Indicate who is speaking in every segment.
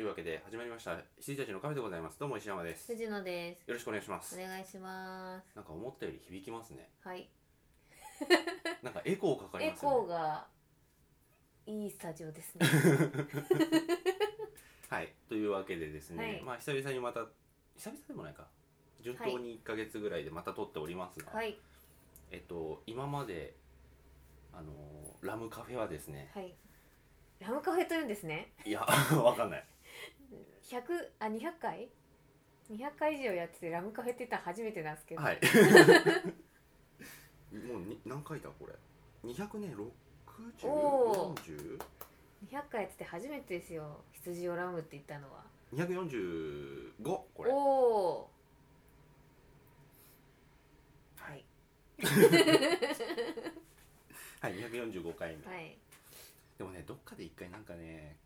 Speaker 1: 始まりました羊たちのカフェでございますどうも石山ですよ
Speaker 2: 藤野です。
Speaker 1: ろしくお願いします
Speaker 2: お願いしま
Speaker 1: なんか思ったより響きますね
Speaker 2: す。はい。
Speaker 1: なんかエコーかかり
Speaker 2: エ
Speaker 1: ますね
Speaker 2: コーがいいスタジ オですね。
Speaker 1: はいというわけでですね、
Speaker 2: はい
Speaker 1: まあ久々にまた久々でもないか順当に1ヶ月ぐらいでまた撮っておりますが、
Speaker 2: はい
Speaker 1: えっと今まであのーラムカフェはですね
Speaker 2: はい。ラムカフェというんですね。
Speaker 1: いや わかんない
Speaker 2: 100あ200回？200回以上やっててラムカフェって言ったら初めてなんですけど。
Speaker 1: はい もうに何回だこれ200ね
Speaker 2: お
Speaker 1: 6040
Speaker 2: 200回やってて初めてですよ。羊をラムって言ったのは。
Speaker 1: 245これ
Speaker 2: おおー。はい
Speaker 1: はい245回目、
Speaker 2: はい
Speaker 1: でもねどっかで一回なんかね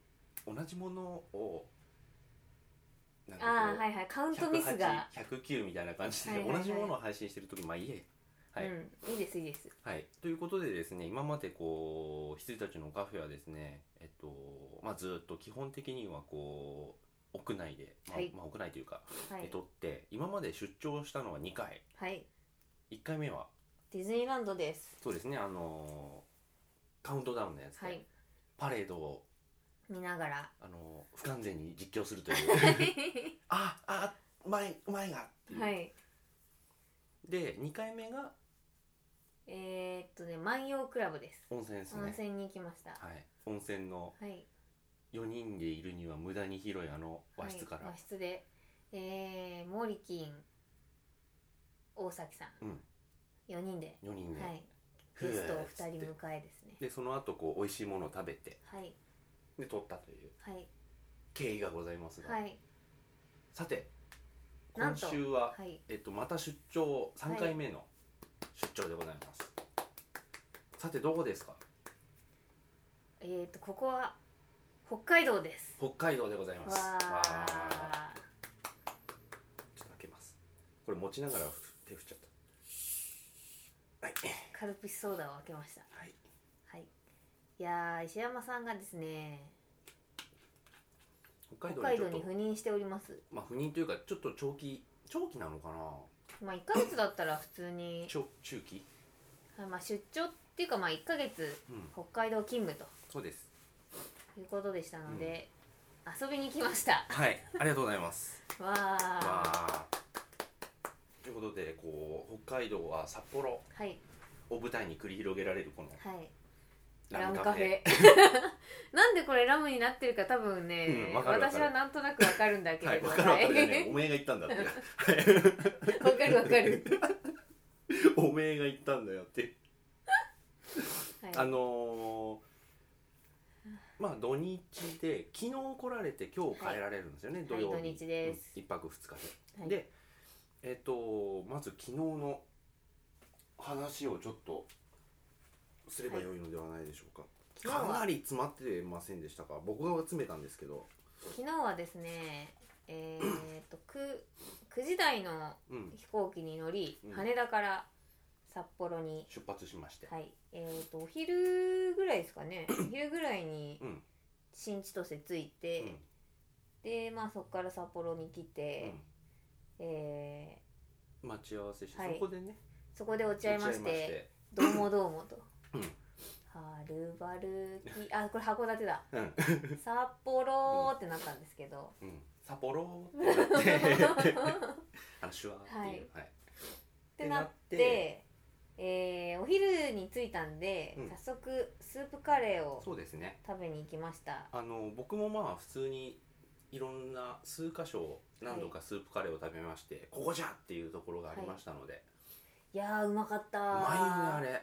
Speaker 1: 同じものをなん
Speaker 2: あ
Speaker 1: こ
Speaker 2: あ
Speaker 1: う
Speaker 2: はいはいカウントミスが、
Speaker 1: 109みたいな感じで、
Speaker 2: はいはいは
Speaker 1: 同
Speaker 2: い
Speaker 1: じものを配信してる時まあいいえはい、
Speaker 2: うんいいですいいです
Speaker 1: はい、ということでですね今までこう羊たちのカフェはですねえっとまあずっと基本的にはこう屋内で、まあ
Speaker 2: はい
Speaker 1: まあ屋内というか、
Speaker 2: は
Speaker 1: え
Speaker 2: い
Speaker 1: 撮って今まで出張したのは2回
Speaker 2: はい
Speaker 1: 1回目は
Speaker 2: ディズニーランドです
Speaker 1: そうですねあのーカウントダウンのやつで、
Speaker 2: はい
Speaker 1: パレードを
Speaker 2: 見ながら
Speaker 1: あの不完全に実況するという ああ前前がっていう、
Speaker 2: はい。
Speaker 1: で2回目が
Speaker 2: えー、っとね、万葉クラブです。
Speaker 1: 温泉ですね
Speaker 2: 温泉に行きました。は
Speaker 1: はい、温泉の
Speaker 2: い。
Speaker 1: 4人でいるには無駄に広いあの和室から、
Speaker 2: はい和室で、えー、モーリキン、大崎さん、
Speaker 1: うん
Speaker 2: 4人で、
Speaker 1: 4人で、
Speaker 2: はい。
Speaker 1: ふう
Speaker 2: ゲストを
Speaker 1: っつって
Speaker 2: 2人迎えですね。
Speaker 1: でその後こう美味しいものを食べて
Speaker 2: はい。
Speaker 1: で撮ったという
Speaker 2: はい。
Speaker 1: 経緯がございますが、
Speaker 2: はい。
Speaker 1: さて
Speaker 2: な
Speaker 1: 今
Speaker 2: んと
Speaker 1: 週は、
Speaker 2: はい。
Speaker 1: えっと、また出張3回目の出張でございます、さてどこですか
Speaker 2: えー、っと、ここは、北海道です。
Speaker 1: 北海道でございます
Speaker 2: わ
Speaker 1: わー
Speaker 2: ー。
Speaker 1: ちょっと開けますこれ持ちながら手振っちゃったはい
Speaker 2: カルピスソーダを開けました。
Speaker 1: はい
Speaker 2: はい。いやー、石山さんがですね、
Speaker 1: 北
Speaker 2: 北
Speaker 1: 海道
Speaker 2: 海道
Speaker 1: にちょ
Speaker 2: に
Speaker 1: っと
Speaker 2: 赴任しております。
Speaker 1: まあ不妊というかちょっと長期長期なのかな
Speaker 2: まあ、1ヶ月だったら普通に、
Speaker 1: 長中期
Speaker 2: はいまあ、出張っていうかまあ1ヶ月
Speaker 1: うん
Speaker 2: 北海道勤務
Speaker 1: そうです
Speaker 2: ということでしたので、遊びに来ました
Speaker 1: はいありがとうございます
Speaker 2: わ あ
Speaker 1: わあということでこう北海道は札幌
Speaker 2: はい
Speaker 1: を舞台に繰り広げられるこの
Speaker 2: はい
Speaker 1: ラ
Speaker 2: ラ
Speaker 1: ム
Speaker 2: ム
Speaker 1: カ
Speaker 2: カ
Speaker 1: フ
Speaker 2: フ
Speaker 1: ェ
Speaker 2: ェ なんでこれラムになってるか多分ね、
Speaker 1: うんわかるわかる
Speaker 2: 私はなんとなくわかるんだけ
Speaker 1: は
Speaker 2: れ
Speaker 1: い
Speaker 2: ど
Speaker 1: 分か
Speaker 2: は
Speaker 1: るわ
Speaker 2: い
Speaker 1: け
Speaker 2: わ、
Speaker 1: じゃねえおめえが言ったんだって
Speaker 2: か るわか る、
Speaker 1: おめえが言ったんだよって
Speaker 2: はい、
Speaker 1: あのーまあ土日で昨日来られて今日帰られるんですよね、
Speaker 2: い
Speaker 1: 土曜日、
Speaker 2: はい土日です
Speaker 1: うん一泊二日で、
Speaker 2: はい
Speaker 1: でえっ、とまず昨日の話をちょっとすればよいのではないでしょうか、
Speaker 2: 昨日は
Speaker 1: かなり詰まってませんでしたか僕が詰めたんですけど
Speaker 2: 昨日はですねえー、っと 9, 9時台の
Speaker 1: うん
Speaker 2: 飛行機に乗り、
Speaker 1: うん
Speaker 2: 羽田から札幌に
Speaker 1: 出発しまして、
Speaker 2: はい、えっ、とお昼ぐらいですかね お昼ぐらいに
Speaker 1: うん
Speaker 2: 新千歳着いて、
Speaker 1: うん
Speaker 2: でまあそこから札幌に来て、え
Speaker 1: うん待ち合わせして、
Speaker 2: はい
Speaker 1: そこでね
Speaker 2: ーそこで落ち合いま
Speaker 1: 落ち
Speaker 2: し
Speaker 1: 合
Speaker 2: てどうもどうもと
Speaker 1: うん。
Speaker 2: はるばるきあこれ函館 だ
Speaker 1: うん
Speaker 2: 札幌ってなったんですけど、
Speaker 1: うん札幌ってなってあの手話っていう、はい、
Speaker 2: ってなって、えーお昼に着いたんで、
Speaker 1: うん
Speaker 2: 早速スープカレーを
Speaker 1: そうですね
Speaker 2: 食べに行きました
Speaker 1: あの僕もまあ普通にいろんな数箇所何度かスープカレーを食べまして、ここじゃっていうところがありましたので、
Speaker 2: いやーうまかった
Speaker 1: うまいよねあれ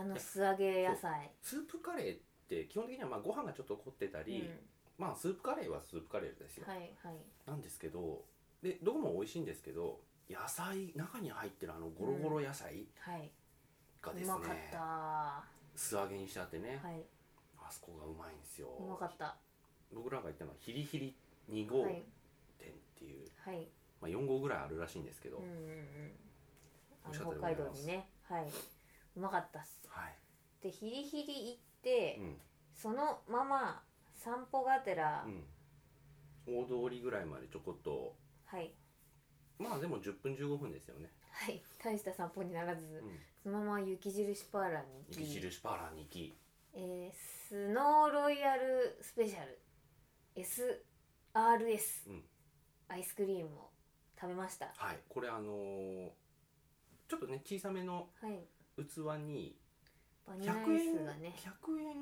Speaker 2: あの素揚げ野菜
Speaker 1: スープカレーって基本的にはまあご飯がちょっと凝ってたり、
Speaker 2: う
Speaker 1: まあスープカレーはスープカレーですよ、
Speaker 2: ん、はいはい
Speaker 1: なんですけどでどこも美味しいんですけど野菜中に入ってるあのゴロゴロ野菜
Speaker 2: はい、
Speaker 1: がで
Speaker 2: う
Speaker 1: すね
Speaker 2: まかったは
Speaker 1: 素揚げにしてあってね、
Speaker 2: い
Speaker 1: あそこがうまいんですよ
Speaker 2: うまかった
Speaker 1: 僕らが行ったのはヒリヒリ2号
Speaker 2: はい
Speaker 1: 店っていう、
Speaker 2: はい
Speaker 1: まあ、4号ぐらいあるらしいんですけど、
Speaker 2: うんうんうんあ
Speaker 1: 美味しか
Speaker 2: の
Speaker 1: ったでご
Speaker 2: 北海
Speaker 1: ざい
Speaker 2: 道
Speaker 1: ます
Speaker 2: にねはいうまかったっす
Speaker 1: はい、
Speaker 2: でヒリヒリ行って、
Speaker 1: うん
Speaker 2: そのまま散歩がてら、
Speaker 1: うん大通りぐらいまでちょこっと
Speaker 2: はい
Speaker 1: まあでも10分15分ですよね、
Speaker 2: はい大した散歩にならず
Speaker 1: うん、
Speaker 2: そのまま雪印パーラに行
Speaker 1: 雪
Speaker 2: き、
Speaker 1: 印パーラーに行き
Speaker 2: えースノーロイヤルスペシャル SRS、
Speaker 1: うん
Speaker 2: アイスクリームを食べました
Speaker 1: はいこれあのーちょっとね小さめの
Speaker 2: はい
Speaker 1: 器に
Speaker 2: バニラアイ
Speaker 1: 100円
Speaker 2: スがね
Speaker 1: 100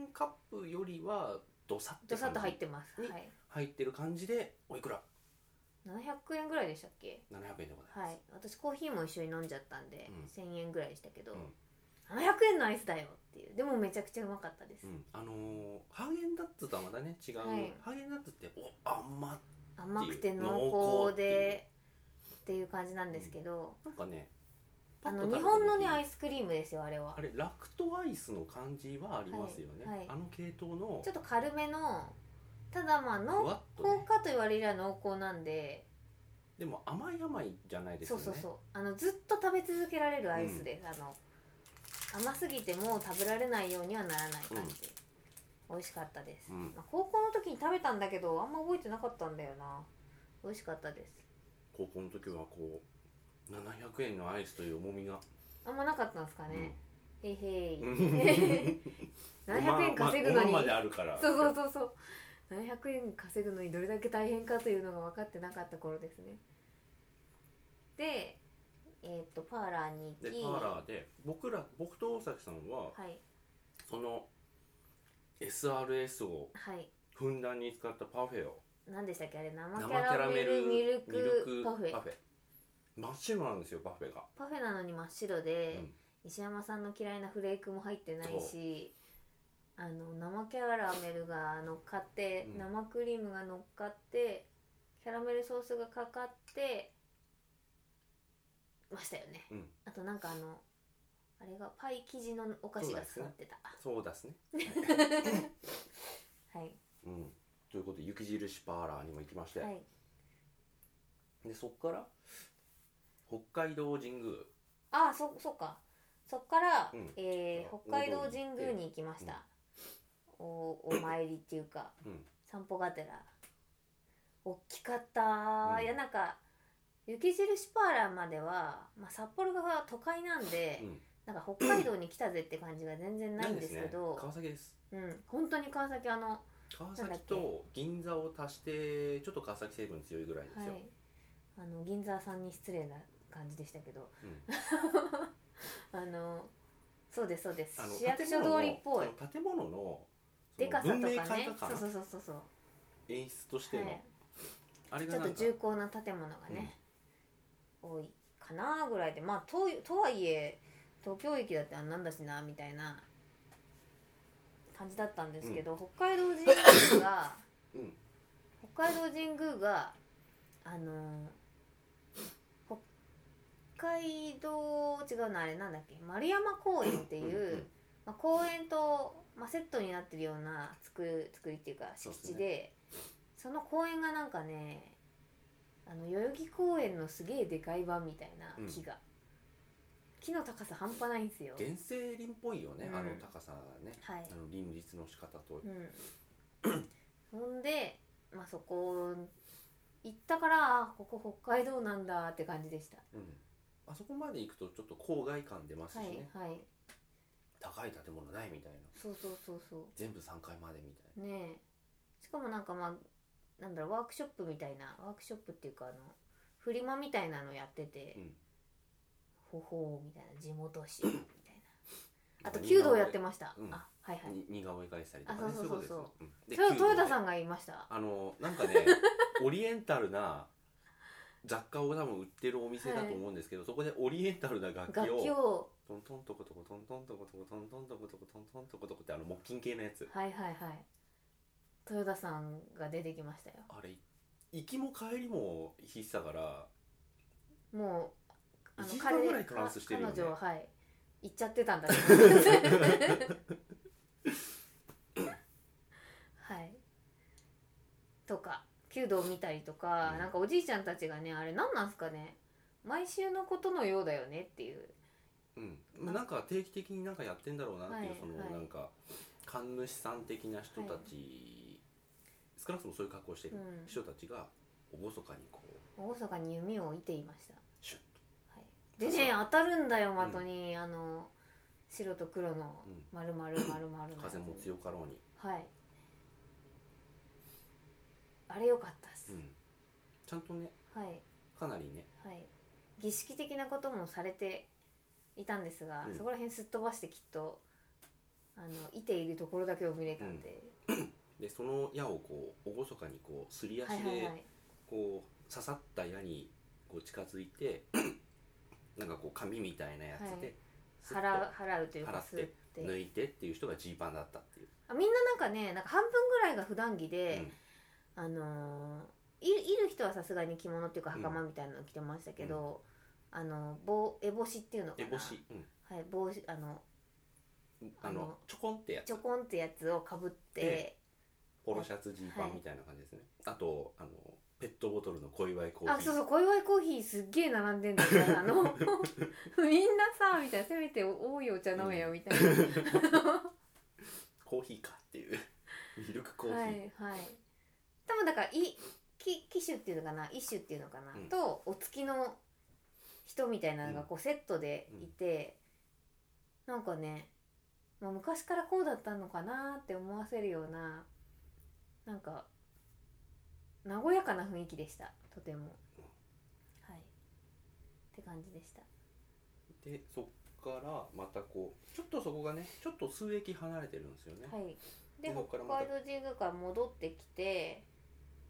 Speaker 1: 円カップよりはどさって
Speaker 2: どさっと
Speaker 1: 感
Speaker 2: 入っ
Speaker 1: じ
Speaker 2: てます
Speaker 1: に
Speaker 2: はい
Speaker 1: 入ってる感じでおいくら
Speaker 2: 700円ぐらいでしたっけ
Speaker 1: 700円でございます、
Speaker 2: はい私コーヒーも一緒に飲んじゃったんで、
Speaker 1: うん
Speaker 2: 1000円ぐらいでしたけど、
Speaker 1: うん
Speaker 2: 700円のアイスだよっていうでもめちゃくちゃうまかったです、
Speaker 1: うん、あのーハーゲンダッツとはまたね違う、
Speaker 2: はい
Speaker 1: ハーゲンダッツってお甘っ
Speaker 2: 甘くて濃厚でっていう感じなんですけど、
Speaker 1: なんかね
Speaker 2: あの日本のねア
Speaker 1: アイ
Speaker 2: イスクリームですよあれは
Speaker 1: あれラクトアイスの感じはありますよね、
Speaker 2: はいはい
Speaker 1: あの系統の
Speaker 2: ちょっと軽めのただまあ
Speaker 1: ふ
Speaker 2: 濃
Speaker 1: わっと、
Speaker 2: 厚
Speaker 1: ね、
Speaker 2: かと言われりゃ濃厚なんで
Speaker 1: でも甘い甘いじゃないです
Speaker 2: そ
Speaker 1: よ
Speaker 2: う
Speaker 1: ね
Speaker 2: そうそうあのずっと食べ続けられるアイスです、あの甘すぎてもう食べられないようにはならない感じ、美味しかったです、
Speaker 1: うん
Speaker 2: まあ高校の時に食べたんだけどあんま覚えてなかったんだよな美味しかったです
Speaker 1: 高校の時はこう700円のアイスという重み が、
Speaker 2: あんまなかったんですかね、へいへい
Speaker 1: うん
Speaker 2: 700円稼ぐのに、
Speaker 1: まあまあまであるから
Speaker 2: そうそうそうそう700円稼ぐのにどれだけ大変かというのが分かってなかった頃ですねでえっ、とパーラーに行
Speaker 1: で
Speaker 2: き
Speaker 1: パーラーで僕ら僕と大崎さんは
Speaker 2: はい
Speaker 1: その SRS を
Speaker 2: はい
Speaker 1: ふんだんに使ったパフェを
Speaker 2: 何でしたっけあれ生
Speaker 1: 生
Speaker 2: キ
Speaker 1: キ
Speaker 2: ャ
Speaker 1: ャ
Speaker 2: ラ
Speaker 1: ラ
Speaker 2: メ
Speaker 1: メ
Speaker 2: ル
Speaker 1: ル
Speaker 2: ミ
Speaker 1: ミ
Speaker 2: ル
Speaker 1: ル
Speaker 2: ク
Speaker 1: ク
Speaker 2: パフェ
Speaker 1: パフェ真っ白なんですよパフェが
Speaker 2: パフェなのに真っ白で、
Speaker 1: うん
Speaker 2: 石山さんの嫌いなフレークも入ってないしあの生キャラメルが乗っかって、
Speaker 1: うん
Speaker 2: 生クリームが乗っかってキャラメルソースがかかってましたよね、
Speaker 1: うん
Speaker 2: あとなんかあのあれがパイ生地のお菓子が使ってた、
Speaker 1: そうですね
Speaker 2: はい
Speaker 1: うんということで雪印パーラーにも行きまして、
Speaker 2: はい
Speaker 1: でそこから北海道神宮
Speaker 2: ああそそっかそっから、
Speaker 1: うん
Speaker 2: え
Speaker 1: う
Speaker 2: ー
Speaker 1: ん
Speaker 2: 北海道神宮に行きました、おお参りっていうか、
Speaker 1: うん
Speaker 2: 散歩がてら大きかった、
Speaker 1: うん
Speaker 2: いやなんか雪印パーラーまでは、まあ、札幌が都会なんで、
Speaker 1: うん
Speaker 2: なんか北海道に来たぜって感じが全然ないんです
Speaker 1: ね
Speaker 2: けど、
Speaker 1: 川崎です
Speaker 2: うん、本当に川崎あの
Speaker 1: 川
Speaker 2: なんだ
Speaker 1: 崎
Speaker 2: っけ
Speaker 1: と銀座を足してちょっと川崎成分強いぐらいです
Speaker 2: はい
Speaker 1: よ、、
Speaker 2: あの銀座さんに失礼な感じでしたけど、 あのそうですそうです
Speaker 1: あの
Speaker 2: 市役所通りっぽい
Speaker 1: 建物の
Speaker 2: でかさ
Speaker 1: そ
Speaker 2: とか
Speaker 1: の文明開
Speaker 2: ね
Speaker 1: 化
Speaker 2: そうそ
Speaker 1: 感
Speaker 2: うそうそうそう
Speaker 1: 演出としての、
Speaker 2: はい
Speaker 1: あれ
Speaker 2: ち
Speaker 1: が
Speaker 2: ょっ
Speaker 1: な
Speaker 2: と
Speaker 1: んか
Speaker 2: 重厚な建物がね、多いかなぐらいでまあととはいえ東京駅だってあんなんだしなみたいな感じだったんですけど、北海道神宮が
Speaker 1: うん
Speaker 2: 北海道神宮があのー北海道違うなあれなんだっけ丸山公園っていう、
Speaker 1: うんうん
Speaker 2: まあ、公園と、まあ、セットになってるような作る作りっていうか
Speaker 1: そうですね
Speaker 2: 敷地でその公園がなんかねあの代々木公園のすげえでかい版みたいな
Speaker 1: うん
Speaker 2: 木が、木の高さ半端ないんですよ
Speaker 1: 原生林っぽいよね、
Speaker 2: うん
Speaker 1: あの高さね
Speaker 2: はい
Speaker 1: あの林立の仕方と、
Speaker 2: うん、 ほんで、まあ、そこ行ったからあここ北海道なんだって感じでした
Speaker 1: うんあそこまで行くとちょっと郊外感出ますし
Speaker 2: はい
Speaker 1: ね、
Speaker 2: はい
Speaker 1: 高い建物ないみたいな
Speaker 2: そうそうそうそ
Speaker 1: 全部3階までみたいう
Speaker 2: ねえしかもなんかまあなんだろうワークショップみたいなワークショップっていうかあのフリマみたいなのやってて、
Speaker 1: うん
Speaker 2: ほほうみたいな地元紙みたい
Speaker 1: な
Speaker 2: なあと弓道やって
Speaker 1: も
Speaker 2: ました、
Speaker 1: うん
Speaker 2: あはいはい
Speaker 1: 似顔絵描いたりとか、
Speaker 2: あそうそうそう
Speaker 1: い
Speaker 2: そう
Speaker 1: ことです
Speaker 2: そ
Speaker 1: よ
Speaker 2: れ
Speaker 1: うんで
Speaker 2: は豊田
Speaker 1: 弓道
Speaker 2: さんが言いました
Speaker 1: あのなんかねオリエンタルな雑貨を多分売ってるお店だと思うんですけど、そこでオリエンタルな楽器を
Speaker 2: 楽器を
Speaker 1: トントントコトコトントントコトコトントントコトコトントントコトコってあの木琴系のやつ
Speaker 2: はいはいはい豊田さんが出てきましたよ
Speaker 1: あれ行きも帰りも必須だから
Speaker 2: もう
Speaker 1: 一時間ぐらいトランスしてるよね
Speaker 2: 彼女ははい行っちゃってたんだ けどはいとか弓道見たりとか、
Speaker 1: うん
Speaker 2: なんかおじいちゃんたちがねあれ何なんすかね毎週のことのようだよねっていう
Speaker 1: うん、まあなんか定期的になんかやってんだろうなっていう、
Speaker 2: はい
Speaker 1: その
Speaker 2: はい
Speaker 1: なんか神主さん的な人たち少なくともそういう格好をしている
Speaker 2: うん
Speaker 1: 人たちが厳かにこう
Speaker 2: 大阪に弓を射ていました
Speaker 1: シュッ
Speaker 2: でね当たるんだよ的に、あの白と黒の
Speaker 1: うん
Speaker 2: 丸々丸々のや
Speaker 1: と
Speaker 2: つ
Speaker 1: 風も強かろうに、
Speaker 2: はいあれ良かったっす、
Speaker 1: うん、ちゃんとね
Speaker 2: はい
Speaker 1: かなりね
Speaker 2: はい儀式的なこともされていたんですが、
Speaker 1: うん
Speaker 2: そこら辺すっ飛ばしてきっとあのいているところだけを見れたんで、
Speaker 1: でその矢をこう厳かにこうすり
Speaker 2: は
Speaker 1: 足
Speaker 2: いはいは
Speaker 1: で
Speaker 2: い
Speaker 1: こう刺さった矢にこう近づいて なんかこう紙みたいなやつでスッ
Speaker 2: 払う
Speaker 1: と
Speaker 2: 払うというか
Speaker 1: 払って
Speaker 2: 吸って
Speaker 1: 抜いてっていう人がジーパンだったっていう、
Speaker 2: あみんななんかねなんか半分ぐらいが普段着で、
Speaker 1: うん
Speaker 2: あのーいいる人はさすがに着物っていうか袴みたいなの着てましたけど、あの帽烏帽子っていうのか
Speaker 1: で
Speaker 2: な
Speaker 1: 帽子、う
Speaker 2: はい帽子あの
Speaker 1: ん、あ
Speaker 2: あ
Speaker 1: の
Speaker 2: の
Speaker 1: ちょこんってや
Speaker 2: ち
Speaker 1: つ
Speaker 2: ょこんってやつをかぶって
Speaker 1: でポロシャツジーパンみたいな感じですね、あとあのペットボトルの小祝いコーヒー
Speaker 2: あそうそう小祝いコーヒーすっげえ並んでんだよねあ のみんなさみたいなせめて多いお茶飲めよみたいな、
Speaker 1: コーヒーかっていう ミルクコーヒ
Speaker 2: は
Speaker 1: ー、
Speaker 2: いはい多分だからいき機種っていうのかな一種っていうのかな、
Speaker 1: うん
Speaker 2: とお付きの人みたいなのがこうセットでいて、なんかね、まあ、昔からこうだったのかなって思わせるようななんか和やかな雰囲気でしたとても
Speaker 1: うん
Speaker 2: はいって感じでした
Speaker 1: でそっからまたこうちょっとそこがねちょっと数駅離れてるんですよね、
Speaker 2: はい、で
Speaker 1: でこっか
Speaker 2: 北
Speaker 1: らまた
Speaker 2: 海道神宮から戻ってきて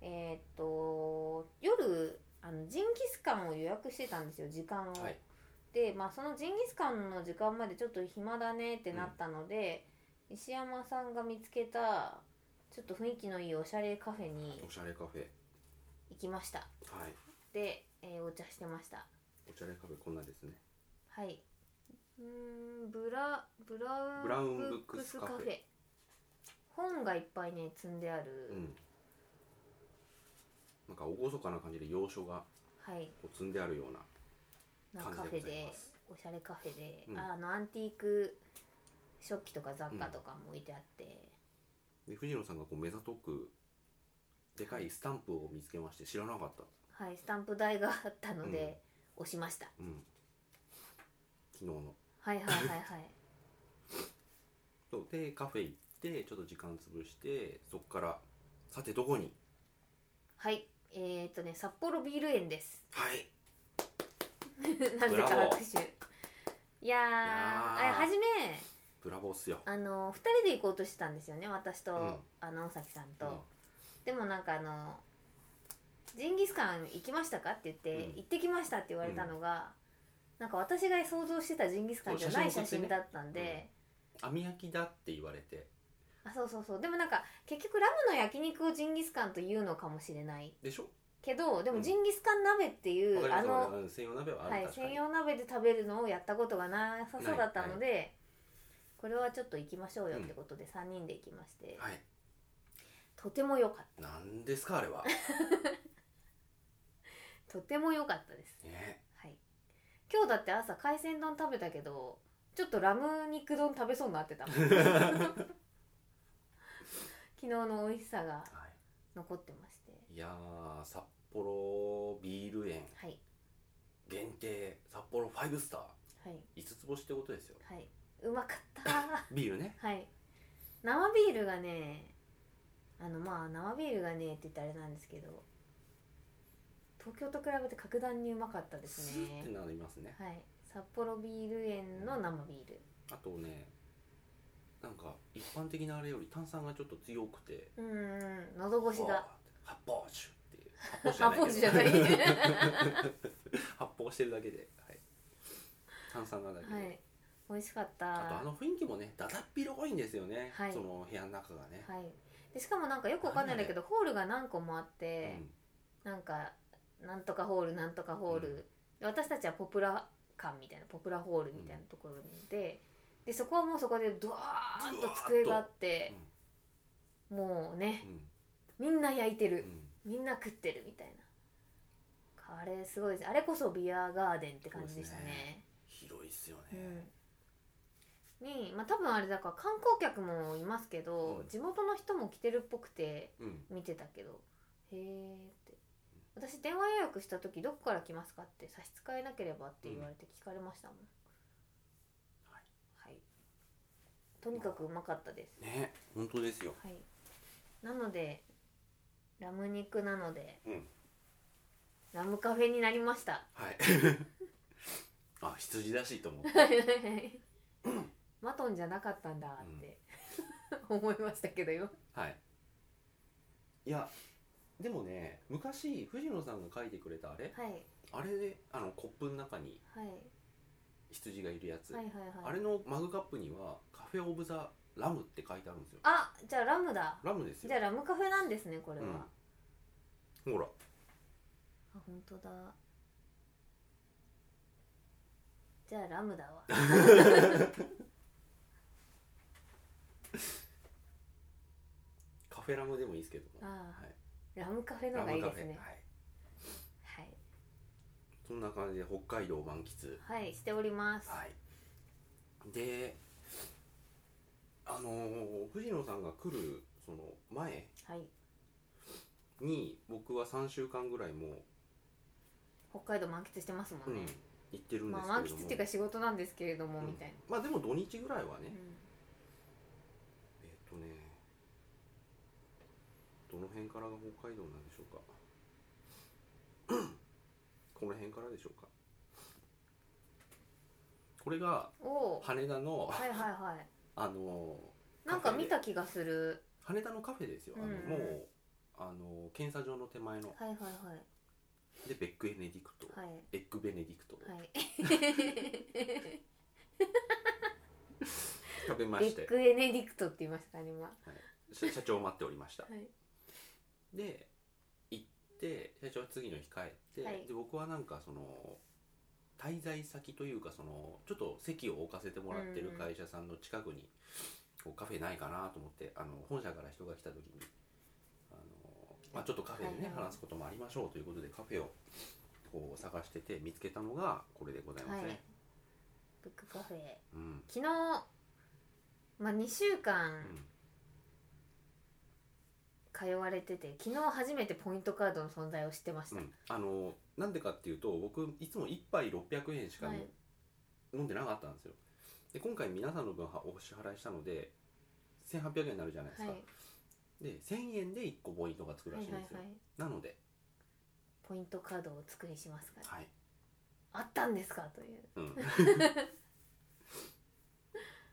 Speaker 2: えーっと夜あのジンギスカンを予約してたんですよ時間を、
Speaker 1: はい
Speaker 2: で、まあ、そのジンギスカンの時間までちょっと暇だねってなったので、石山さんが見つけたちょっと雰囲気のいいおしゃれカフェに
Speaker 1: おしゃれカフェ
Speaker 2: 行きました
Speaker 1: はい
Speaker 2: で、えーお茶してました
Speaker 1: おしゃれカフェこんなですね
Speaker 2: はいうーんブラブラ
Speaker 1: ブラ
Speaker 2: ウ
Speaker 1: ウ
Speaker 2: ン
Speaker 1: ン
Speaker 2: ブ
Speaker 1: ブ
Speaker 2: ッ
Speaker 1: ッ
Speaker 2: ク
Speaker 1: ク
Speaker 2: ス
Speaker 1: ス
Speaker 2: カ
Speaker 1: カ
Speaker 2: フ
Speaker 1: フェ
Speaker 2: ェ本がいっぱいね積んである、
Speaker 1: うんなんか厳かな感じで洋書が
Speaker 2: はい
Speaker 1: こう積んであるような
Speaker 2: な
Speaker 1: 感じ
Speaker 2: カフ
Speaker 1: で
Speaker 2: ェ
Speaker 1: ござい
Speaker 2: で
Speaker 1: ます
Speaker 2: おしゃれカフェで、
Speaker 1: うん
Speaker 2: あのアンティーク食器とか雑貨とかも置いてあって、
Speaker 1: で藤野さんがこう目ざとくでかいスタンプを見つけまして知らなかった、
Speaker 2: はいスタンプ台があったので、押しました
Speaker 1: うん、昨日の
Speaker 2: はいはいは いはい
Speaker 1: そうでカフェ行ってちょっと時間潰してそこからさてどこに
Speaker 2: はいえっ、ー、とね札幌ビール園です
Speaker 1: はい
Speaker 2: なぜか
Speaker 1: ブラボー
Speaker 2: 拍手いやー
Speaker 1: いやー
Speaker 2: あ初め
Speaker 1: ブラボーっすよ
Speaker 2: あの2人で行こうとしてたんですよね私と、
Speaker 1: うん
Speaker 2: あの尾崎さんと、
Speaker 1: うん
Speaker 2: でもなんかあの「ジンギスカン行きましたか?」って言って、
Speaker 1: うん
Speaker 2: 行ってきました」って言われたのが、なんか私が想像してたジンギスカンじゃない
Speaker 1: そう写
Speaker 2: 写
Speaker 1: 真送
Speaker 2: 真
Speaker 1: ってね
Speaker 2: だったんで、
Speaker 1: 網焼きだって言われて
Speaker 2: あそうそうそうでもなんか結局ラムの焼肉をジンギスカンというのかもしれない
Speaker 1: でしょ
Speaker 2: けどで
Speaker 1: う
Speaker 2: も
Speaker 1: ん
Speaker 2: ジンギスカン鍋っていう、
Speaker 1: わかりま
Speaker 2: あ
Speaker 1: すわか
Speaker 2: の、
Speaker 1: ります専用鍋はある、
Speaker 2: はい、
Speaker 1: 確かに
Speaker 2: 専用鍋で食べるのをやったことがなさそうだったので、これはちょっと行きましょうよってことで3人で行きまして、
Speaker 1: はい
Speaker 2: とても良かっ
Speaker 1: なんですかあれ は
Speaker 2: たとても良かったです
Speaker 1: ね
Speaker 2: はい、今日だって朝海鮮丼食べたけどちょっとラム肉丼食べそうになって たもん昨日の美味しさが
Speaker 1: は
Speaker 2: 残ってまして
Speaker 1: い、いやー札幌ビール園
Speaker 2: はい
Speaker 1: 限定札幌ファイブスター
Speaker 2: はい
Speaker 1: 5つ星ってことですよ
Speaker 2: はいうまかった
Speaker 1: ビールね
Speaker 2: はい生ビールがねあのまあ生ビールがねって言ってあれなんですけど東京と比べて格段にうまかったです
Speaker 1: スーって
Speaker 2: ね
Speaker 1: なりますね
Speaker 2: はい札幌ビール園の生ビール
Speaker 1: あとねなんか一般的なあれより炭酸がちょっと強くて
Speaker 2: うーん喉越しが
Speaker 1: 発泡酒っていう
Speaker 2: 発泡酒じゃない
Speaker 1: けど 発泡してるだけで、はい、炭酸なだけで、
Speaker 2: はい、美味しかった。
Speaker 1: あとあの雰囲気もねだだっ広いんですよね、
Speaker 2: はい
Speaker 1: その部屋の中がね、
Speaker 2: はい。でしかもなんかよくわかんないんだけど、ホールが何個もあって
Speaker 1: う、ん
Speaker 2: なんかなんとかホールなんとかホール、
Speaker 1: うん
Speaker 2: で私たちはポプラ館みたいなポプラホールみたいなところにいて、でそこはもうそこでドワーンと机があって、もうねみんな焼いて
Speaker 1: うんう
Speaker 2: る、
Speaker 1: ん
Speaker 2: みんな食ってるみたいな。あれすごいです。あれこそビアガーデンって感じでしたね。
Speaker 1: 広いっすよね、
Speaker 2: うんに、まあ、多分あれだから観光客もいますけど、
Speaker 1: うん
Speaker 2: 地元の人も来てるっぽくて
Speaker 1: うん
Speaker 2: 見てたけどへえって私電話予約した時どこから来ますかって差し支えなければって言われて聞かれましたもん、
Speaker 1: はい
Speaker 2: はい、とにかくうまかったです
Speaker 1: ね本当ですよ
Speaker 2: はい、なのでラム肉なので、
Speaker 1: うん
Speaker 2: ラムカフェになりました
Speaker 1: はい あ羊らしいと思って
Speaker 2: マトンじゃなかったんだって思いましたけどよ
Speaker 1: はいいやでもね昔藤野さんが書いてくれたあれ
Speaker 2: はい
Speaker 1: あれであのコップの中に
Speaker 2: はい
Speaker 1: 羊がいるやつ、
Speaker 2: はいはい
Speaker 1: あ
Speaker 2: はい
Speaker 1: れのマグカップにはカフェ・オブ・ザ・ラムって書いてあるんですよ
Speaker 2: あじゃあラムだ
Speaker 1: ラムです
Speaker 2: じゃ
Speaker 1: よ
Speaker 2: あラムカフェなんですねこれは、
Speaker 1: うん
Speaker 2: あ
Speaker 1: ほら
Speaker 2: 本当だじゃあラムだわ
Speaker 1: カフェラムでもいいですけど
Speaker 2: あ
Speaker 1: も
Speaker 2: あ、
Speaker 1: はい
Speaker 2: ラムカフェの
Speaker 1: ラ
Speaker 2: 方がい
Speaker 1: ムカ
Speaker 2: い
Speaker 1: フ
Speaker 2: です
Speaker 1: ェ、
Speaker 2: ね
Speaker 1: はい、
Speaker 2: はい、
Speaker 1: そんな感じで北海道を満喫
Speaker 2: はい、しております、
Speaker 1: はいであのー藤野さんが来るその前
Speaker 2: はい、
Speaker 1: に僕は3週間ぐらいも
Speaker 2: 北海道満喫してますも
Speaker 1: う、うん
Speaker 2: ね、
Speaker 1: ん、行ってるんで
Speaker 2: まあ、
Speaker 1: す
Speaker 2: 満
Speaker 1: けれども、
Speaker 2: 喫っていうか仕事なんですけれども、
Speaker 1: うん
Speaker 2: みたいな、
Speaker 1: まあでも土日ぐらいはね、
Speaker 2: う
Speaker 1: えっ、とねどの辺からが北海道なんでしょうか この辺からでしょうかこれが
Speaker 2: ん、おお
Speaker 1: 羽田の
Speaker 2: はいはいはい
Speaker 1: あの
Speaker 2: なんか見た気がする
Speaker 1: 羽田のカフェですよ、
Speaker 2: うん
Speaker 1: あのもうあの検査場の手前の
Speaker 2: はいはい
Speaker 1: でベック・ベネディクト、
Speaker 2: はいはい
Speaker 1: エッグ・ベネディクトを
Speaker 2: はい
Speaker 1: 食べま
Speaker 2: ベ
Speaker 1: し
Speaker 2: ッ
Speaker 1: て
Speaker 2: クエネディクトって言いましたね今は
Speaker 1: 社社長を待っておりました
Speaker 2: い
Speaker 1: で行って社長は次の日帰って、
Speaker 2: はい
Speaker 1: で僕はなんかその滞在先というかそのちょっと席を置かせてもらってる
Speaker 2: うん
Speaker 1: 会社さんの近くにこうカフェないかなと思ってあの本社から人が来た時にあの、まあ、ちょっとカフェでね、
Speaker 2: はいはい
Speaker 1: 話すこともありましょうということでカフェをこう探してて見つけたのがこれでございま
Speaker 2: は
Speaker 1: すね。
Speaker 2: いブックカフェ
Speaker 1: うん
Speaker 2: 昨日まあ2週
Speaker 1: う
Speaker 2: 間
Speaker 1: ん
Speaker 2: 通われてて昨日初めてポイントカードの存在を知ってまし
Speaker 1: う
Speaker 2: た、
Speaker 1: ん、あのなんでかっていうと僕いつも1杯600円しか、
Speaker 2: はい
Speaker 1: 飲んでなかったんですよで今回皆さんの分はお支払いしたので1800円になるじゃないです
Speaker 2: はい
Speaker 1: か、
Speaker 2: はい
Speaker 1: で1000円で1個ポイントがつくら
Speaker 2: は
Speaker 1: しい
Speaker 2: い
Speaker 1: んですよ、
Speaker 2: はい
Speaker 1: なので
Speaker 2: ポイントカードをお作りしますから
Speaker 1: はい、
Speaker 2: あったんですかという
Speaker 1: うん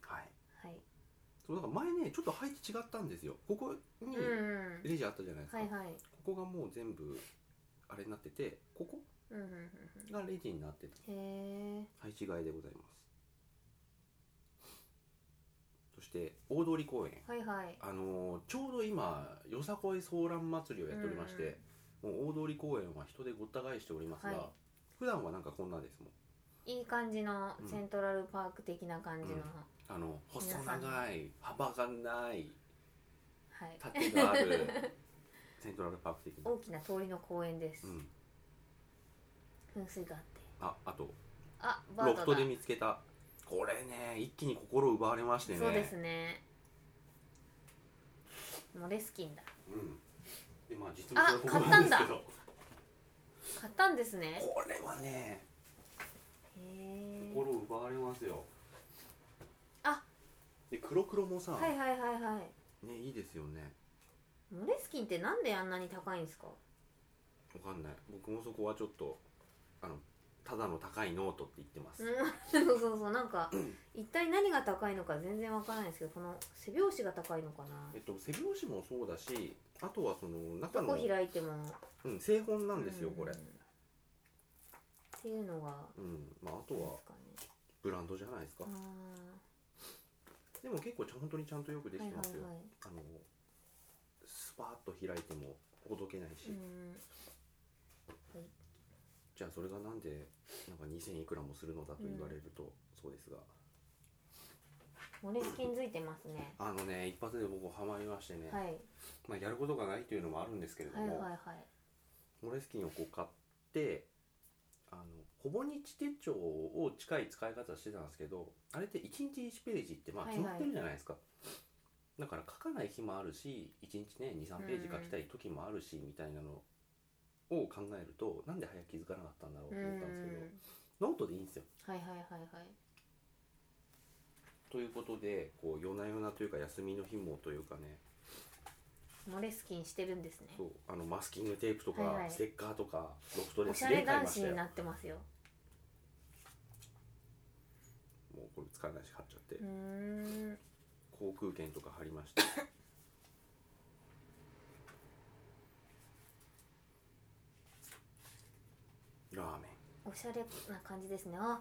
Speaker 1: はい
Speaker 2: はい
Speaker 1: そうだから前ねちょっと配置違ったんですよここに
Speaker 2: うんうん
Speaker 1: レジあったじゃないですか、
Speaker 2: はいはい
Speaker 1: ここがもう全部あれになっててここ
Speaker 2: うんうんうん
Speaker 1: がレジになってた
Speaker 2: うんへえ
Speaker 1: 配置替えでございますそして大通公園
Speaker 2: はいはい
Speaker 1: あのーちょうど今よさこいソーラン祭りをやっておりまして、もう大通公園は人でごった返しておりますが、
Speaker 2: はい
Speaker 1: 普段はなんかこんなですもん
Speaker 2: いい感じの
Speaker 1: うん
Speaker 2: セントラルパーク的な感じの、
Speaker 1: うんあの細
Speaker 2: 皆さん
Speaker 1: 長い幅がない
Speaker 2: はい
Speaker 1: 縦があ るセントラルパーク的な、
Speaker 2: 大きな通りの公園です、
Speaker 1: うん、
Speaker 2: 噴水があって
Speaker 1: ああと
Speaker 2: あバ
Speaker 1: ロ
Speaker 2: ー
Speaker 1: フ
Speaker 2: ト
Speaker 1: ト
Speaker 2: だ
Speaker 1: で見つけたこれね一気に心奪われましてね
Speaker 2: そうですねモレスキンだ
Speaker 1: うんでまあ実
Speaker 2: あ
Speaker 1: 物はここなんですけど
Speaker 2: 買ったんですね
Speaker 1: これはね
Speaker 2: へえ
Speaker 1: 心奪われますよ
Speaker 2: あ
Speaker 1: で黒黒もさ、
Speaker 2: はいはいはいはい
Speaker 1: ねいいですよね
Speaker 2: モレスキンってなんであんなに高いんですか
Speaker 1: わかんない僕もそこはちょっとあのただの高いノートって言ってます、
Speaker 2: うんそうそうそうなんか一体何が高いのか全然わからないんですけどこの背拍子が高いのかな
Speaker 1: えっと背表紙もそうだしあとはその中
Speaker 2: ど
Speaker 1: の
Speaker 2: こ、開いても
Speaker 1: うん、製本なんですよ
Speaker 2: う
Speaker 1: これ、
Speaker 2: っていうのが
Speaker 1: うんまあ、あと
Speaker 2: で
Speaker 1: は
Speaker 2: すかね
Speaker 1: ブランドじゃないです
Speaker 2: あ
Speaker 1: かでも結構ちゃん本当にちゃんとよくで
Speaker 2: ー
Speaker 1: き
Speaker 2: はい
Speaker 1: てま
Speaker 2: は
Speaker 1: すよ、
Speaker 2: いはい
Speaker 1: あのスパーッと開いてもほどけないし、
Speaker 2: うん
Speaker 1: じゃあそれがなんでなんか2000いくらもするのだと言われると、そうですが
Speaker 2: モレスキンづいてますね
Speaker 1: あのね一発で僕ハマりましてね、
Speaker 2: はい
Speaker 1: まあ、やることがないというのもあるんですけれど
Speaker 2: はい
Speaker 1: も、
Speaker 2: はいはい
Speaker 1: モレスキンをこう買ってあのほぼ日手帳を近い使い方してたんですけどあれって1日1ページってまあ
Speaker 2: はいはい
Speaker 1: 決まってるじゃないですか、だから書かない日もあるし1日ね23ページ書きたい時もあるしみたいなのを考えるとなんで早く気づかなかったんだろう
Speaker 2: う
Speaker 1: と思ったんですけど
Speaker 2: ん
Speaker 1: ノートでいいんですよ。
Speaker 2: はいはいはいはい
Speaker 1: ということでこう夜な夜なというか休みの日もというかね
Speaker 2: モレスキンしてるんですね
Speaker 1: そうあのマスキングテープとか、
Speaker 2: はいはい
Speaker 1: ステッカーとかロフトで
Speaker 2: おしゃ
Speaker 1: すげ
Speaker 2: れ
Speaker 1: え買い
Speaker 2: 男
Speaker 1: ました
Speaker 2: 子
Speaker 1: よ
Speaker 2: に
Speaker 1: も
Speaker 2: なってますよ
Speaker 1: うこれ使わないし貼っちゃって
Speaker 2: うーん
Speaker 1: 航空券とか貼りましたラーメ
Speaker 2: おしゃれな感じですねあ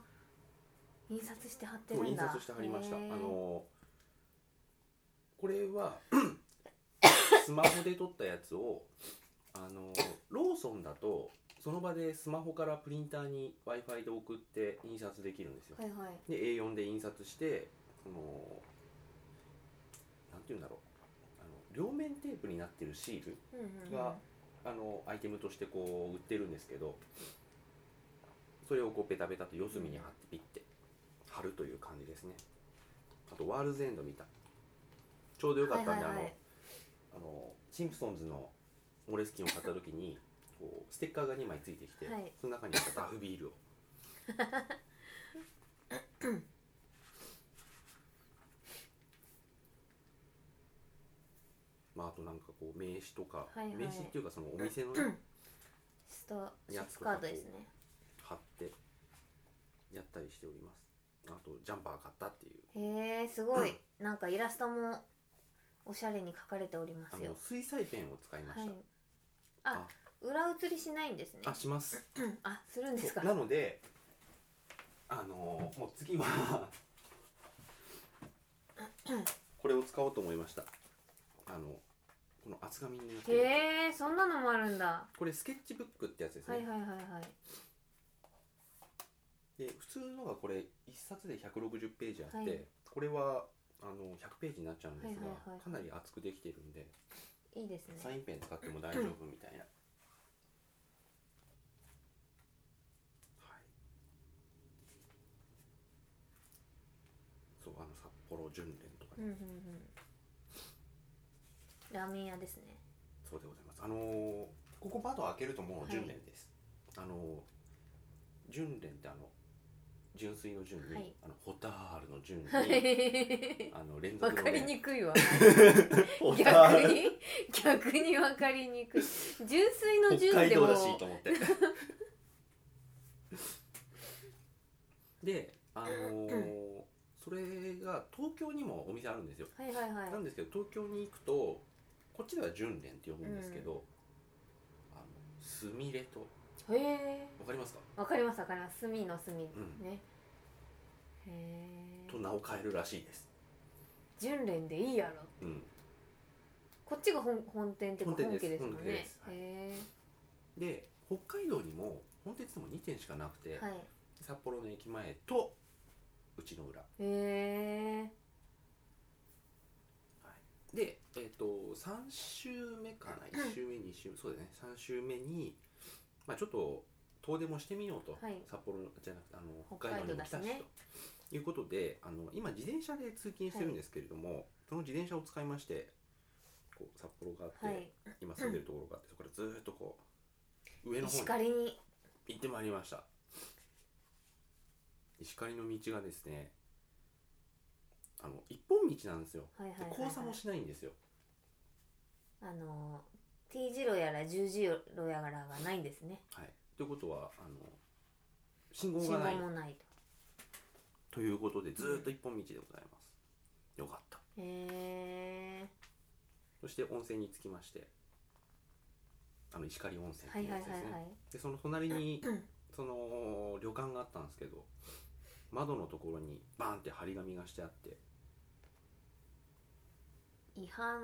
Speaker 2: 印刷して貼って
Speaker 1: ンも
Speaker 2: る
Speaker 1: うん印
Speaker 2: だ
Speaker 1: 刷して貼りましたあ
Speaker 2: へー
Speaker 1: のこれ はスマホで撮ったやつをあのローソンだとその場でスマホからプリンターに w i f i で送って印刷できるんですよ
Speaker 2: はいはい
Speaker 1: で A4 で印刷してそのなんて言うんだろうあの両面テープになってるシール
Speaker 2: うんうんうん
Speaker 1: があのアイテムとしてこう売ってるんですけどそれをこうペタペタと四隅に貼ってピッて貼るという感じですねあとワールズエンド見たちょうどよかったんで、
Speaker 2: はいはいはい
Speaker 1: あのあのシンプソンズのモレスキンを買った時にこうステッカーが2枚ついてきて、
Speaker 2: はい
Speaker 1: その中にあったダフビールをまああとなんかこう名刺とか、
Speaker 2: はいはい
Speaker 1: 名刺っていうかそのお店の
Speaker 2: ストシ
Speaker 1: や
Speaker 2: ャ
Speaker 1: つ
Speaker 2: ツ
Speaker 1: と
Speaker 2: カ
Speaker 1: か
Speaker 2: ードですね
Speaker 1: 貼ってやったりしておりますあとジャンパー買ったっていう
Speaker 2: へえす ごいなんかイラストもおしゃれに描かれておりま
Speaker 1: あ
Speaker 2: す
Speaker 1: の
Speaker 2: よ
Speaker 1: 水彩ペンを使いまし
Speaker 2: は
Speaker 1: た、
Speaker 2: いあ裏写りしないんですね
Speaker 1: あします
Speaker 2: うんあするんですか
Speaker 1: なのであのーもう次はこれを使おうと思いましたあのこの厚紙になってる
Speaker 2: へえそんなのもあるんだ
Speaker 1: これスケッチブックってやつですね、
Speaker 2: はいはいはいはい
Speaker 1: で普通のがこれ一冊で160ページあって、
Speaker 2: はい
Speaker 1: これはあの100ページになっちゃうんですが、
Speaker 2: はいはいはい
Speaker 1: かなり厚くできてるんで
Speaker 2: いいですね
Speaker 1: サインペン使っても大丈夫みたいな。はい。そうあの札幌巡礼とか
Speaker 2: う
Speaker 1: ね、
Speaker 2: んうんうんラーメン 屋ですね
Speaker 1: そうでございます。あのーここ窓開けるともう巡礼です。あのー巡礼ってあの純粋の純に、
Speaker 2: はい
Speaker 1: あのホタールの純に、
Speaker 2: はい
Speaker 1: あの連
Speaker 2: わ
Speaker 1: 続の
Speaker 2: かり
Speaker 1: ね、
Speaker 2: にくいわ
Speaker 1: ホター
Speaker 2: 逆
Speaker 1: ル
Speaker 2: に逆にわかりにくい純粋の
Speaker 1: 北
Speaker 2: 純
Speaker 1: 海
Speaker 2: で
Speaker 1: 道
Speaker 2: も
Speaker 1: だしと思ってであのーそれが東京にもお店あるんですよ
Speaker 2: はいはいはい
Speaker 1: なんですけど東京に行くとこっちでは純連って呼ぶんですけど、あのすみれと
Speaker 2: へえ
Speaker 1: わかりますか、
Speaker 2: わかりますわかります隅の隅
Speaker 1: うん
Speaker 2: ねへえ
Speaker 1: と名を変えるらしいです、
Speaker 2: 純連でいいやろ
Speaker 1: うん、
Speaker 2: こっちが本本店っていうか
Speaker 1: 本
Speaker 2: 本
Speaker 1: 店
Speaker 2: 家
Speaker 1: で
Speaker 2: ですすもん
Speaker 1: 本家で
Speaker 2: ね
Speaker 1: す
Speaker 2: へ
Speaker 1: で北海道にも本鉄でも2店しかなくて、
Speaker 2: えはい
Speaker 1: 札幌の駅前とうちの裏
Speaker 2: へえ
Speaker 1: で、えー、と3週目かな1週目2週目そうだね3週目に、まあ、ちょっと遠出もしてみようと、
Speaker 2: はい
Speaker 1: 札幌じゃなくてあの北
Speaker 2: 北
Speaker 1: 海道
Speaker 2: 海
Speaker 1: に
Speaker 2: 道
Speaker 1: も
Speaker 2: だ
Speaker 1: 来
Speaker 2: した
Speaker 1: し
Speaker 2: ね
Speaker 1: ということであの今自転車で通勤してるんですけれども、その自転車を使いましてこう札幌があって、
Speaker 2: はい
Speaker 1: 今住んでるところがあってそこからずーっとこう上の方
Speaker 2: 石
Speaker 1: に
Speaker 2: 狩に
Speaker 1: 行ってまいりました石狩の道がですねあの一本道なんですよ
Speaker 2: はいはい
Speaker 1: で
Speaker 2: はいはい
Speaker 1: 交差もしないんですよ
Speaker 2: あの T 字路やら十字路やらがないんですね
Speaker 1: はい、ということはあの信号
Speaker 2: 信
Speaker 1: が
Speaker 2: 号
Speaker 1: ない
Speaker 2: もないと
Speaker 1: ということでずーっと一本道でございますよかった
Speaker 2: へえ
Speaker 1: そして温泉に着きましてあの石狩温泉って
Speaker 2: はいいうは
Speaker 1: や
Speaker 2: い
Speaker 1: つ
Speaker 2: は
Speaker 1: です
Speaker 2: い
Speaker 1: ね、
Speaker 2: はい
Speaker 1: でその隣に その旅館があったんですけど窓のところにバーンって張り紙がしてあって
Speaker 2: 違反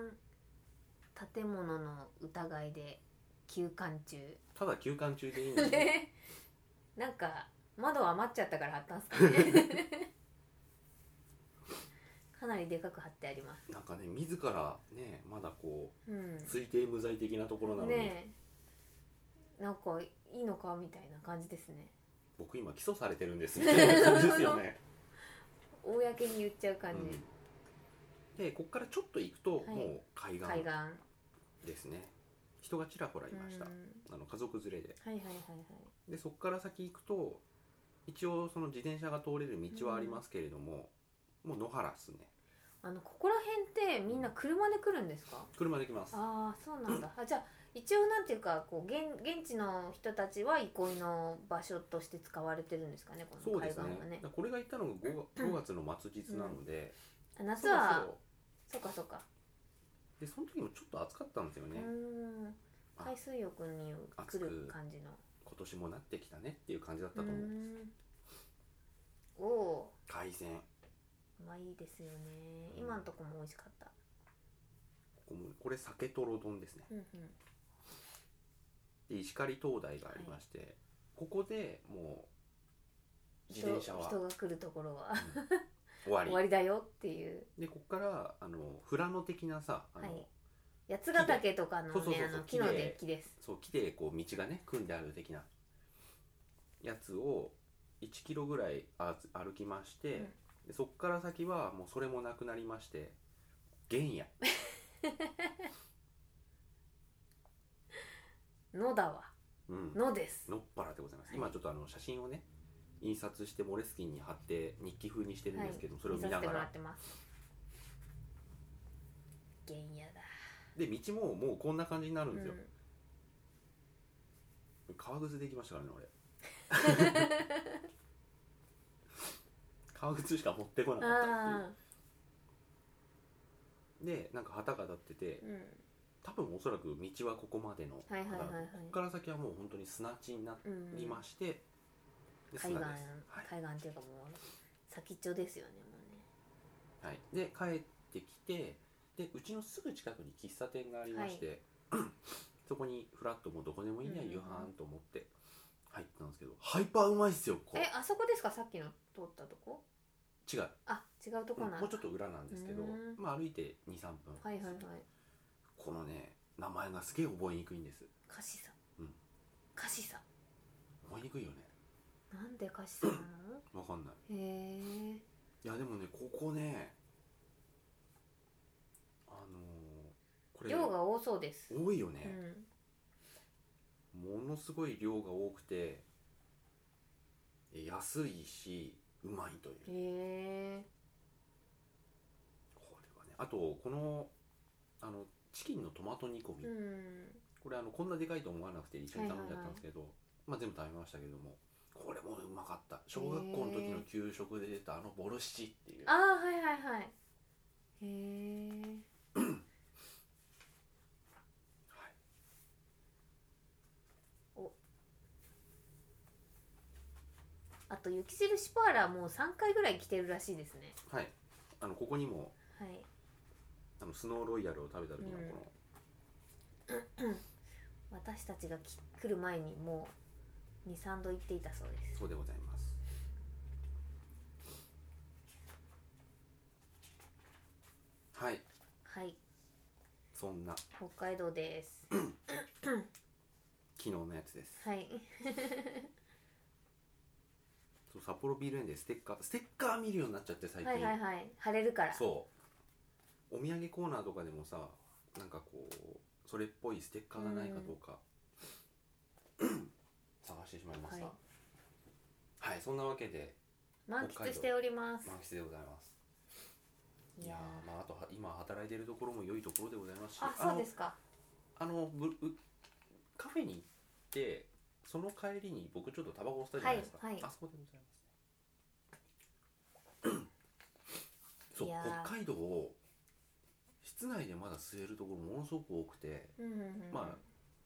Speaker 2: 建物の疑いで休館中
Speaker 1: ただ休館中でいい ので
Speaker 2: なんか窓余っちゃったから貼ったんですかね かなりでかく貼ってあります
Speaker 1: なんかね自らねまだこ
Speaker 2: うん
Speaker 1: う推定無罪的なところなのに、
Speaker 2: ねえなんかいいのかみたいな感じですね
Speaker 1: 僕今起訴されてるんですみたいな感じですよね、
Speaker 2: 公に言っちゃう感じ、
Speaker 1: うん、でここからちょっと行くと、
Speaker 2: い
Speaker 1: もう海
Speaker 2: 海
Speaker 1: 岸
Speaker 2: 岸
Speaker 1: ですね人がちらほらいました、
Speaker 2: うん
Speaker 1: あの家族連れで
Speaker 2: はいはいはいはい
Speaker 1: でそこから先行くと一応その自転車が通れる道はありますけれども、もう野原っすね
Speaker 2: あのここら辺ってみんな車で来るんですか、
Speaker 1: 車で来ます
Speaker 2: ああそうなんだ、あじゃあ一応なんていうかこう現現地の人たちは憩いの場所として使われてるんですかねこ
Speaker 1: そ
Speaker 2: の
Speaker 1: う
Speaker 2: 海
Speaker 1: です
Speaker 2: 岸
Speaker 1: ね
Speaker 2: は
Speaker 1: だ
Speaker 2: ね
Speaker 1: からこれが行ったのが 5, 月の末日なので、
Speaker 2: あ夏
Speaker 1: そろ
Speaker 2: は
Speaker 1: そろ
Speaker 2: そうかそうか
Speaker 1: でその時もちょっと暑かったんですよ
Speaker 2: う
Speaker 1: ね、
Speaker 2: ーん
Speaker 1: あ
Speaker 2: 海水浴に来る感じの
Speaker 1: 今年もなってきたねっていう感じだっ
Speaker 2: う
Speaker 1: た
Speaker 2: ー
Speaker 1: と思う、
Speaker 2: んおお
Speaker 1: 海鮮
Speaker 2: ーまあいいですよね
Speaker 1: うん
Speaker 2: 今のとこも美味しかった
Speaker 1: ここもこれ酒とろ丼ですね
Speaker 2: うんうん
Speaker 1: で石狩灯台がありまして、ここでもう自
Speaker 2: 人
Speaker 1: 転車は
Speaker 2: 人が来るところは
Speaker 1: 終わり
Speaker 2: 終わりだよっていう
Speaker 1: でここからあの富良野的なさあの、
Speaker 2: はい八ヶ岳とかの
Speaker 1: そうそうそう
Speaker 2: ね
Speaker 1: そう
Speaker 2: あの木のデッキです
Speaker 1: そう木でこう道がね組んである的なやつを1キロぐらいあ歩きまして、でそこから先はもうそれもなくなりまして原野
Speaker 2: 野だわ
Speaker 1: うん
Speaker 2: 野です
Speaker 1: のっぱらでございます、
Speaker 2: はい
Speaker 1: 今ちょっとあの写真をね印刷してモレスキンに貼って日記風にしてるんですけど、それを見な
Speaker 2: 見させて
Speaker 1: が
Speaker 2: もらっ
Speaker 1: ら
Speaker 2: てます原野だ
Speaker 1: で道ももうこんな感じになるんですよ、
Speaker 2: う
Speaker 1: 革靴で行きましたからね俺革靴しか持ってこなんかったっていう
Speaker 2: あ
Speaker 1: でなんか旗が立ってて
Speaker 2: ーうん
Speaker 1: 多分おそらく道はここまでの、
Speaker 2: はいはいはいはい
Speaker 1: ここから先はもう本当に砂地にな
Speaker 2: うん
Speaker 1: りまして、で
Speaker 2: 海
Speaker 1: 砂
Speaker 2: 岸
Speaker 1: ですはい
Speaker 2: 海岸っていうかもう先っちょですよねもう
Speaker 1: は
Speaker 2: ね
Speaker 1: い、で帰ってきてでうちのすぐ近くに喫茶店がありまして、 そこにフラットもどこでもいいや、
Speaker 2: うんうんうん
Speaker 1: 夕飯と思って入ったんですけどハイパーうまいっすよここ
Speaker 2: えあそこですかさっきの通ったとこ
Speaker 1: 違う、
Speaker 2: あ違うと
Speaker 1: う
Speaker 2: こなんんだ、
Speaker 1: もうちょっと裏なんですけど
Speaker 2: うん、
Speaker 1: まあ、歩いて23分、
Speaker 2: はいはいはい
Speaker 1: このね名前がすげえ覚えにくいんです
Speaker 2: カシサ
Speaker 1: うん
Speaker 2: カシサ
Speaker 1: 覚えにくいよね
Speaker 2: なんでカシサなの
Speaker 1: わかんない
Speaker 2: へえ
Speaker 1: いやでもねここねあのーこれ
Speaker 2: 量が多そうです、
Speaker 1: 多いよね、
Speaker 2: うん
Speaker 1: ものすごい量が多くてえ安いしうまいという
Speaker 2: へえ
Speaker 1: これはねあとこのあのチキンのトマト煮込み、
Speaker 2: うん
Speaker 1: これあのこんなでかいと思わなくて一緒に頼んじゃったんですけど、まあ、全部食べましたけどもこれもうまかった小学校の時の給食で出たあのボルシチっていう
Speaker 2: ああはいはいはいへえ
Speaker 1: はい
Speaker 2: あと雪印パーラーもう3回ぐらい来てるらしいですね
Speaker 1: はい、あのここにも
Speaker 2: はい
Speaker 1: あのスノーロイヤルを食べた時のこの、
Speaker 2: 私たちがき来る前にもう23度行っていたそうです
Speaker 1: そうでございますはい
Speaker 2: はい
Speaker 1: そんな
Speaker 2: 北海道です
Speaker 1: 昨日のやつです
Speaker 2: はい
Speaker 1: そう札幌ビール園でステッカーステッカー見るようになっちゃって最近、
Speaker 2: はいはいはい晴れるから
Speaker 1: そうお土産コーナーとかでもさなんかこうそれっぽいステッカーがないかどうか、探してしまいましたは、
Speaker 2: はい
Speaker 1: そんなわけで
Speaker 2: 満喫しております
Speaker 1: 満喫でございますい
Speaker 2: い
Speaker 1: や
Speaker 2: や
Speaker 1: ーまああとは今働いてるところも良いところでございますし
Speaker 2: ーあそうですか
Speaker 1: あのぶうカフェに行ってその帰りに僕ちょっとタバコを吸ったじゃないですか、
Speaker 2: はいはい
Speaker 1: あそこでございますね
Speaker 2: いや
Speaker 1: そう
Speaker 2: ー
Speaker 1: 北海道を室内でまだ吸えるところものすごく多くて
Speaker 2: うんうんうん
Speaker 1: まあ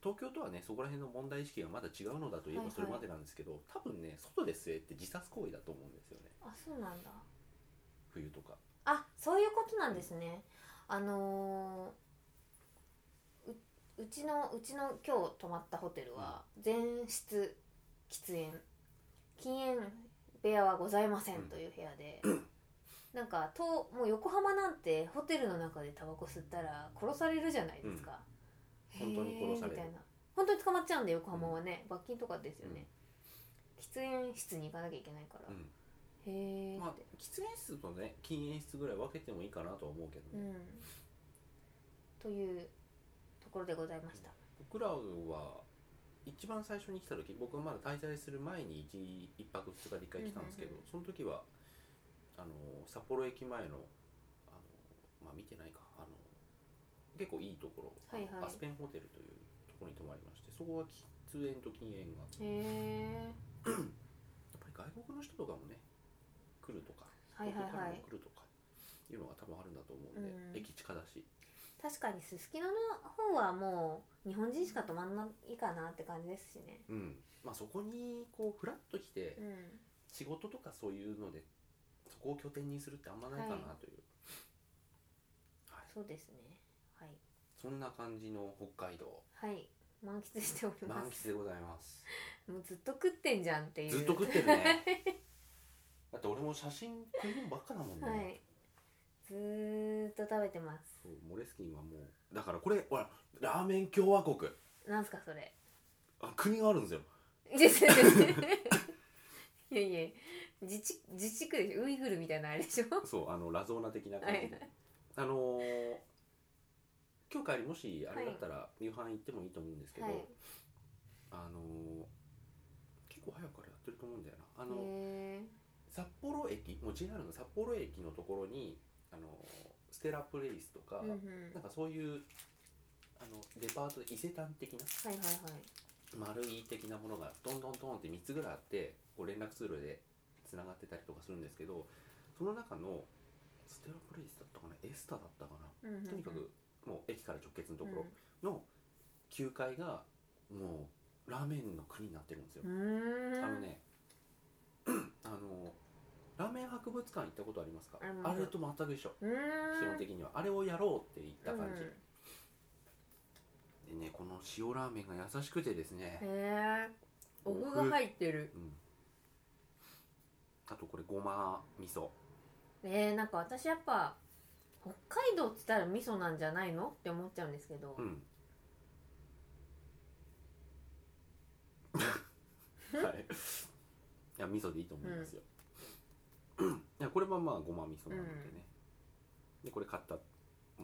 Speaker 1: 東京とはねそこら辺の問題意識がまだ違うのだといえ
Speaker 2: はいは
Speaker 1: ば
Speaker 2: い
Speaker 1: それまでなんですけど、多分ね外で吸えって自殺行為だと思うんですよね
Speaker 2: あそうなんだ
Speaker 1: 冬とか
Speaker 2: あそういうことなんですねあのーううちのうちの今日泊まったホテルは全室喫煙禁煙部屋はございません
Speaker 1: うん
Speaker 2: という部屋で、なんかともう横浜なんてホテルの中でタバコ吸ったら殺されるじゃないですか、
Speaker 1: うん本当に殺される
Speaker 2: へーみたいな本当に捕まっちゃうんで横浜はね、罰金とかですよね、喫煙室に行かなきゃいけないから、へえ、
Speaker 1: まあ喫煙室とね禁煙室ぐらい分けてもいいかなとは思うけ
Speaker 2: う
Speaker 1: どね、
Speaker 2: んというところでございました
Speaker 1: 僕らは一番最初に来た時僕がまだ滞在する前に 1, 泊2日で1回来たんですけど、
Speaker 2: うんうん
Speaker 1: その時はあの札幌駅前のあのまあ見てないかあの結構いいところ、
Speaker 2: はいは
Speaker 1: あのア
Speaker 2: い
Speaker 1: スペンホテルというところに泊まりましてそこは喫煙と禁煙が
Speaker 2: へえ
Speaker 1: やっぱり外国の人とかもね来るとか
Speaker 2: はいはいはい
Speaker 1: 来るとかいうのが多分あるんだと思うんで、
Speaker 2: うん
Speaker 1: 駅近だし
Speaker 2: 確かにすすきのの方はもう日本人しか泊まんないかなって感じですしね
Speaker 1: うんまあそこにこうフラッと来て
Speaker 2: うん
Speaker 1: 仕事とかそういうのでそこを拠点にするってあんまないかなという、はい
Speaker 2: そうですねはい
Speaker 1: そんな感じの北海道
Speaker 2: はい満喫しておりま
Speaker 1: 満
Speaker 2: す
Speaker 1: 喫でございます
Speaker 2: もうずっと食ってんじゃんっていう
Speaker 1: ずっと食ってる ねだって俺も写真撮るのばっかだもんね、
Speaker 2: はいずーっと食べてます
Speaker 1: そうモレスキンはもうだからこれほらラーメン共和国
Speaker 2: なんすかそれ
Speaker 1: あ国があるんですよ
Speaker 2: いやいやいや自治自治区でしょウイグルみたいなあれでしょ
Speaker 1: そうあのラゾーナ的な感じで、
Speaker 2: は
Speaker 1: あのー今日帰りもしあれだったら夕飯行ってもいいと思うんですけど、
Speaker 2: はい
Speaker 1: あのー結構早くからやってると思うんだよなあの、
Speaker 2: へ
Speaker 1: 札幌駅もう JR の札幌駅のところにあのーステラプレイスとか、
Speaker 2: ーうんうん
Speaker 1: なんかそういうあのデパートで伊勢丹的な
Speaker 2: はいはいはい
Speaker 1: 丸い的なものがどんどんどんって3つぐらいあってこう連絡ツールでつながってたりとかするんですけどその中のステラプレイスだったかなエスタだったかな
Speaker 2: うんうんうん
Speaker 1: とにかくもう駅から直結のとこ
Speaker 2: うん
Speaker 1: ろの9階がもうラーメンの国になってるんですよ
Speaker 2: う。ーん
Speaker 1: あのねあのラーメン博物館行ったことありますか
Speaker 2: あります
Speaker 1: あれと全く一緒
Speaker 2: うーん
Speaker 1: 基本的にはあれをやろうって言った感じ
Speaker 2: うん、
Speaker 1: でねこの塩ラーメンが優しくてですね、
Speaker 2: へえ奥が入ってる
Speaker 1: うん、あとこれごま味噌
Speaker 2: えー、なんか私やっぱ北海道っつったら味噌なんじゃないのって思っちゃうんですけど、
Speaker 1: うん はいいや味噌でいいと思いますよ、いやこれはまあごま味噌なんでね、でこれ買ったも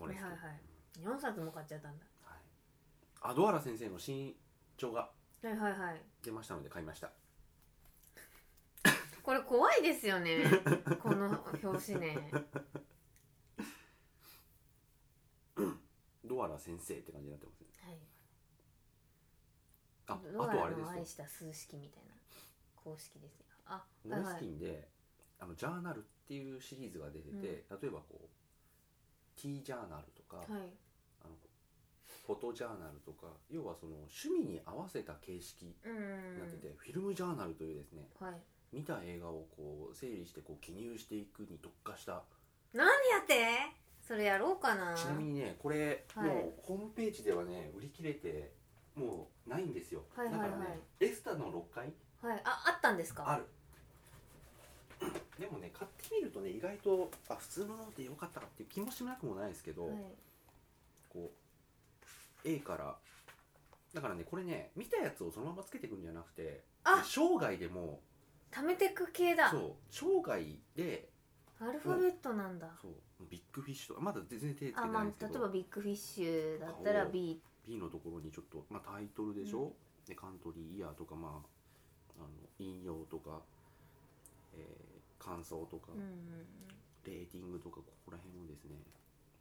Speaker 2: は
Speaker 1: の
Speaker 2: い
Speaker 1: で
Speaker 2: は
Speaker 1: す
Speaker 2: い
Speaker 1: けど
Speaker 2: はい4冊も買っちゃったんだ
Speaker 1: はい、アドアラ先生の新著が
Speaker 2: はいはいはい
Speaker 1: 出ましたので買いました
Speaker 2: これ怖いです よねこの表紙ね
Speaker 1: ドアラ先生って感じになってますね
Speaker 2: はい
Speaker 1: あ
Speaker 2: ド
Speaker 1: あ
Speaker 2: ア
Speaker 1: とあ
Speaker 2: ラ
Speaker 1: れで
Speaker 2: の
Speaker 1: すよ
Speaker 2: 愛した数式みたいな公式ですよあ
Speaker 1: モ
Speaker 2: はい
Speaker 1: レ
Speaker 2: は
Speaker 1: スキ
Speaker 2: い
Speaker 1: ンで、あのジャーナルっていうシリーズが出てて、
Speaker 2: うん
Speaker 1: 例えばこう T ジャーナルとか、
Speaker 2: はい
Speaker 1: あのフォトジャーナルとか要はその趣味に合わせた形式に
Speaker 2: うんうん
Speaker 1: なってて、フィルムジャーナルというですね
Speaker 2: はい
Speaker 1: 見た映画をこう整理してこう記入していくに特化した
Speaker 2: 何やってそれやろうかな
Speaker 1: ちなみにねこれ、
Speaker 2: はい
Speaker 1: もうホームページではね売り切れてもうないんですよ、
Speaker 2: はいはいはい
Speaker 1: だからねエスタの6階
Speaker 2: はいああったんですか
Speaker 1: あるでもね買ってみるとね意外とあ普通ののでよかったかっていう気もしなくもないですけど、
Speaker 2: はい
Speaker 1: こう A からだからねこれね見たやつをそのままつけていくんじゃなくて
Speaker 2: あ
Speaker 1: 生涯でも
Speaker 2: 貯めてく系だ
Speaker 1: そう生涯で
Speaker 2: アルファベットなんだ
Speaker 1: そうビッグフィッシュとかまだ全然手つけて
Speaker 2: あま
Speaker 1: な
Speaker 2: あ
Speaker 1: いんで
Speaker 2: 例
Speaker 1: すけ
Speaker 2: え
Speaker 1: ど、
Speaker 2: ばビッグフィッシュだったら
Speaker 1: おー
Speaker 2: B
Speaker 1: B のところにちょっと、まあ、タイトルでしょ、でカントリーイヤーとか、まあ、あの引用とか、えー感想とか、
Speaker 2: うんうん
Speaker 1: レーティングとかここら辺をですね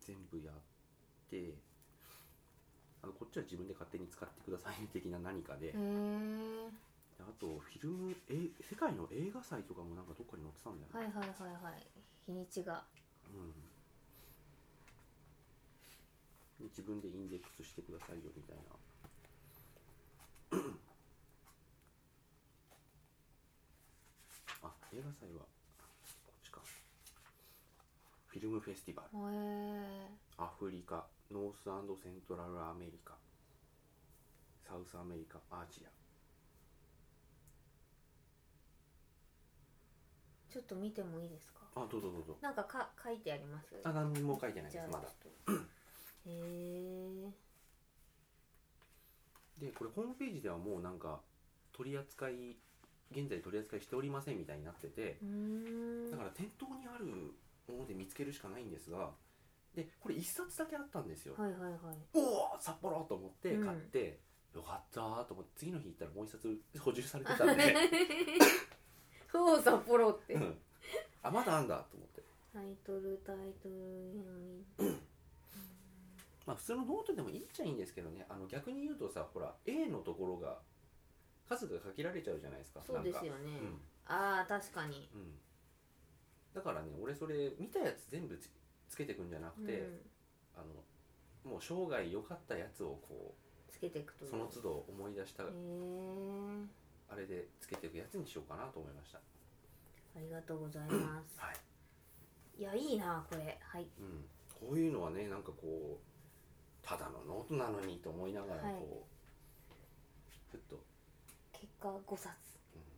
Speaker 1: 全部やってあのこっちは自分で勝手に使ってくださいね的な何かで、
Speaker 2: へえ
Speaker 1: あとフィルムえ世界の映画祭とかもなんかどっかに載ってたんだよね、
Speaker 2: はいはいはいはい日にちが
Speaker 1: うん、自分でインデックスしてくださいよみたいなあ映画祭はこっちかフィルムフェスティバル
Speaker 2: へえ
Speaker 1: アフリカノースセントラルアメリカサウスアメリカアジア
Speaker 2: ちょっと見てもいいですか
Speaker 1: あどうぞどうぞ
Speaker 2: なんかか書いてあります
Speaker 1: あ何も書いてないで
Speaker 2: じゃ
Speaker 1: す
Speaker 2: あ
Speaker 1: まだ
Speaker 2: ちょっとへえ
Speaker 1: でこれホームページではもうなんか取り扱い現在取り扱いしておりませんみたいになってて
Speaker 2: うーん
Speaker 1: だから店頭にあるもので見つけるしかないんですがでこれ1冊だけあったんですよ、
Speaker 2: はいはいはい
Speaker 1: おお札幌と思って買って、よかったーと思って次の日行ったらもう1冊補充されて たんで
Speaker 2: そう札幌って
Speaker 1: うんあまだあんだと思って
Speaker 2: タイトルタイトル
Speaker 1: まあ普通のノートでもいいっちゃいいんですけどねあの逆に言うとさほら A のところが数が限られちゃうじゃないですか
Speaker 2: そうですよ
Speaker 1: なんか
Speaker 2: ね、
Speaker 1: うん
Speaker 2: ああ確かに
Speaker 1: うん、だからね俺それ見たやつ全部つつけてくんじゃなくて、
Speaker 2: うん、
Speaker 1: あのもう生涯良かったやつをこ
Speaker 2: つけていく
Speaker 1: う
Speaker 2: と
Speaker 1: その都度思い出した
Speaker 2: へえ
Speaker 1: あれでつけていくやつにしようかなと思いました、
Speaker 2: ありがとうございます
Speaker 1: はい
Speaker 2: いやいいなこれはい
Speaker 1: うん、こういうのはねなんかこうただのノートなのにと思いながらこう、
Speaker 2: はい
Speaker 1: ふっと
Speaker 2: 結果5冊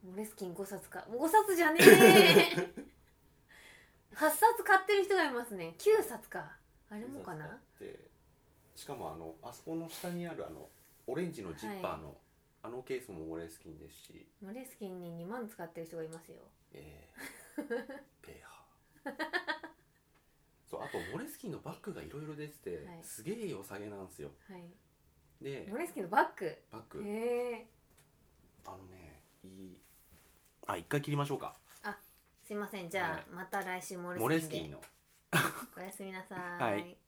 Speaker 2: モレスキン5冊か5冊じゃね え8冊買ってる人がいますね9冊かあれもかな
Speaker 1: ってしかもあのあそこの下にあるあのオレンジのジッパーの、あのケースも俺好きですし
Speaker 2: モレスキンに2万使ってる人がいますよ
Speaker 1: えー、 ペーハーそうあとモレスキンのバッグがいろいろ出てて、
Speaker 2: はい
Speaker 1: すげえ良さげなんですよ
Speaker 2: はい
Speaker 1: で
Speaker 2: モレスキンのバッグへ
Speaker 1: バッグ
Speaker 2: え
Speaker 1: あのねいいあ一回切りましょうか
Speaker 2: すいませんじゃあ、
Speaker 1: はい
Speaker 2: また来週モレスキンで
Speaker 1: モレスキンの
Speaker 2: おやすみなさ
Speaker 1: はいい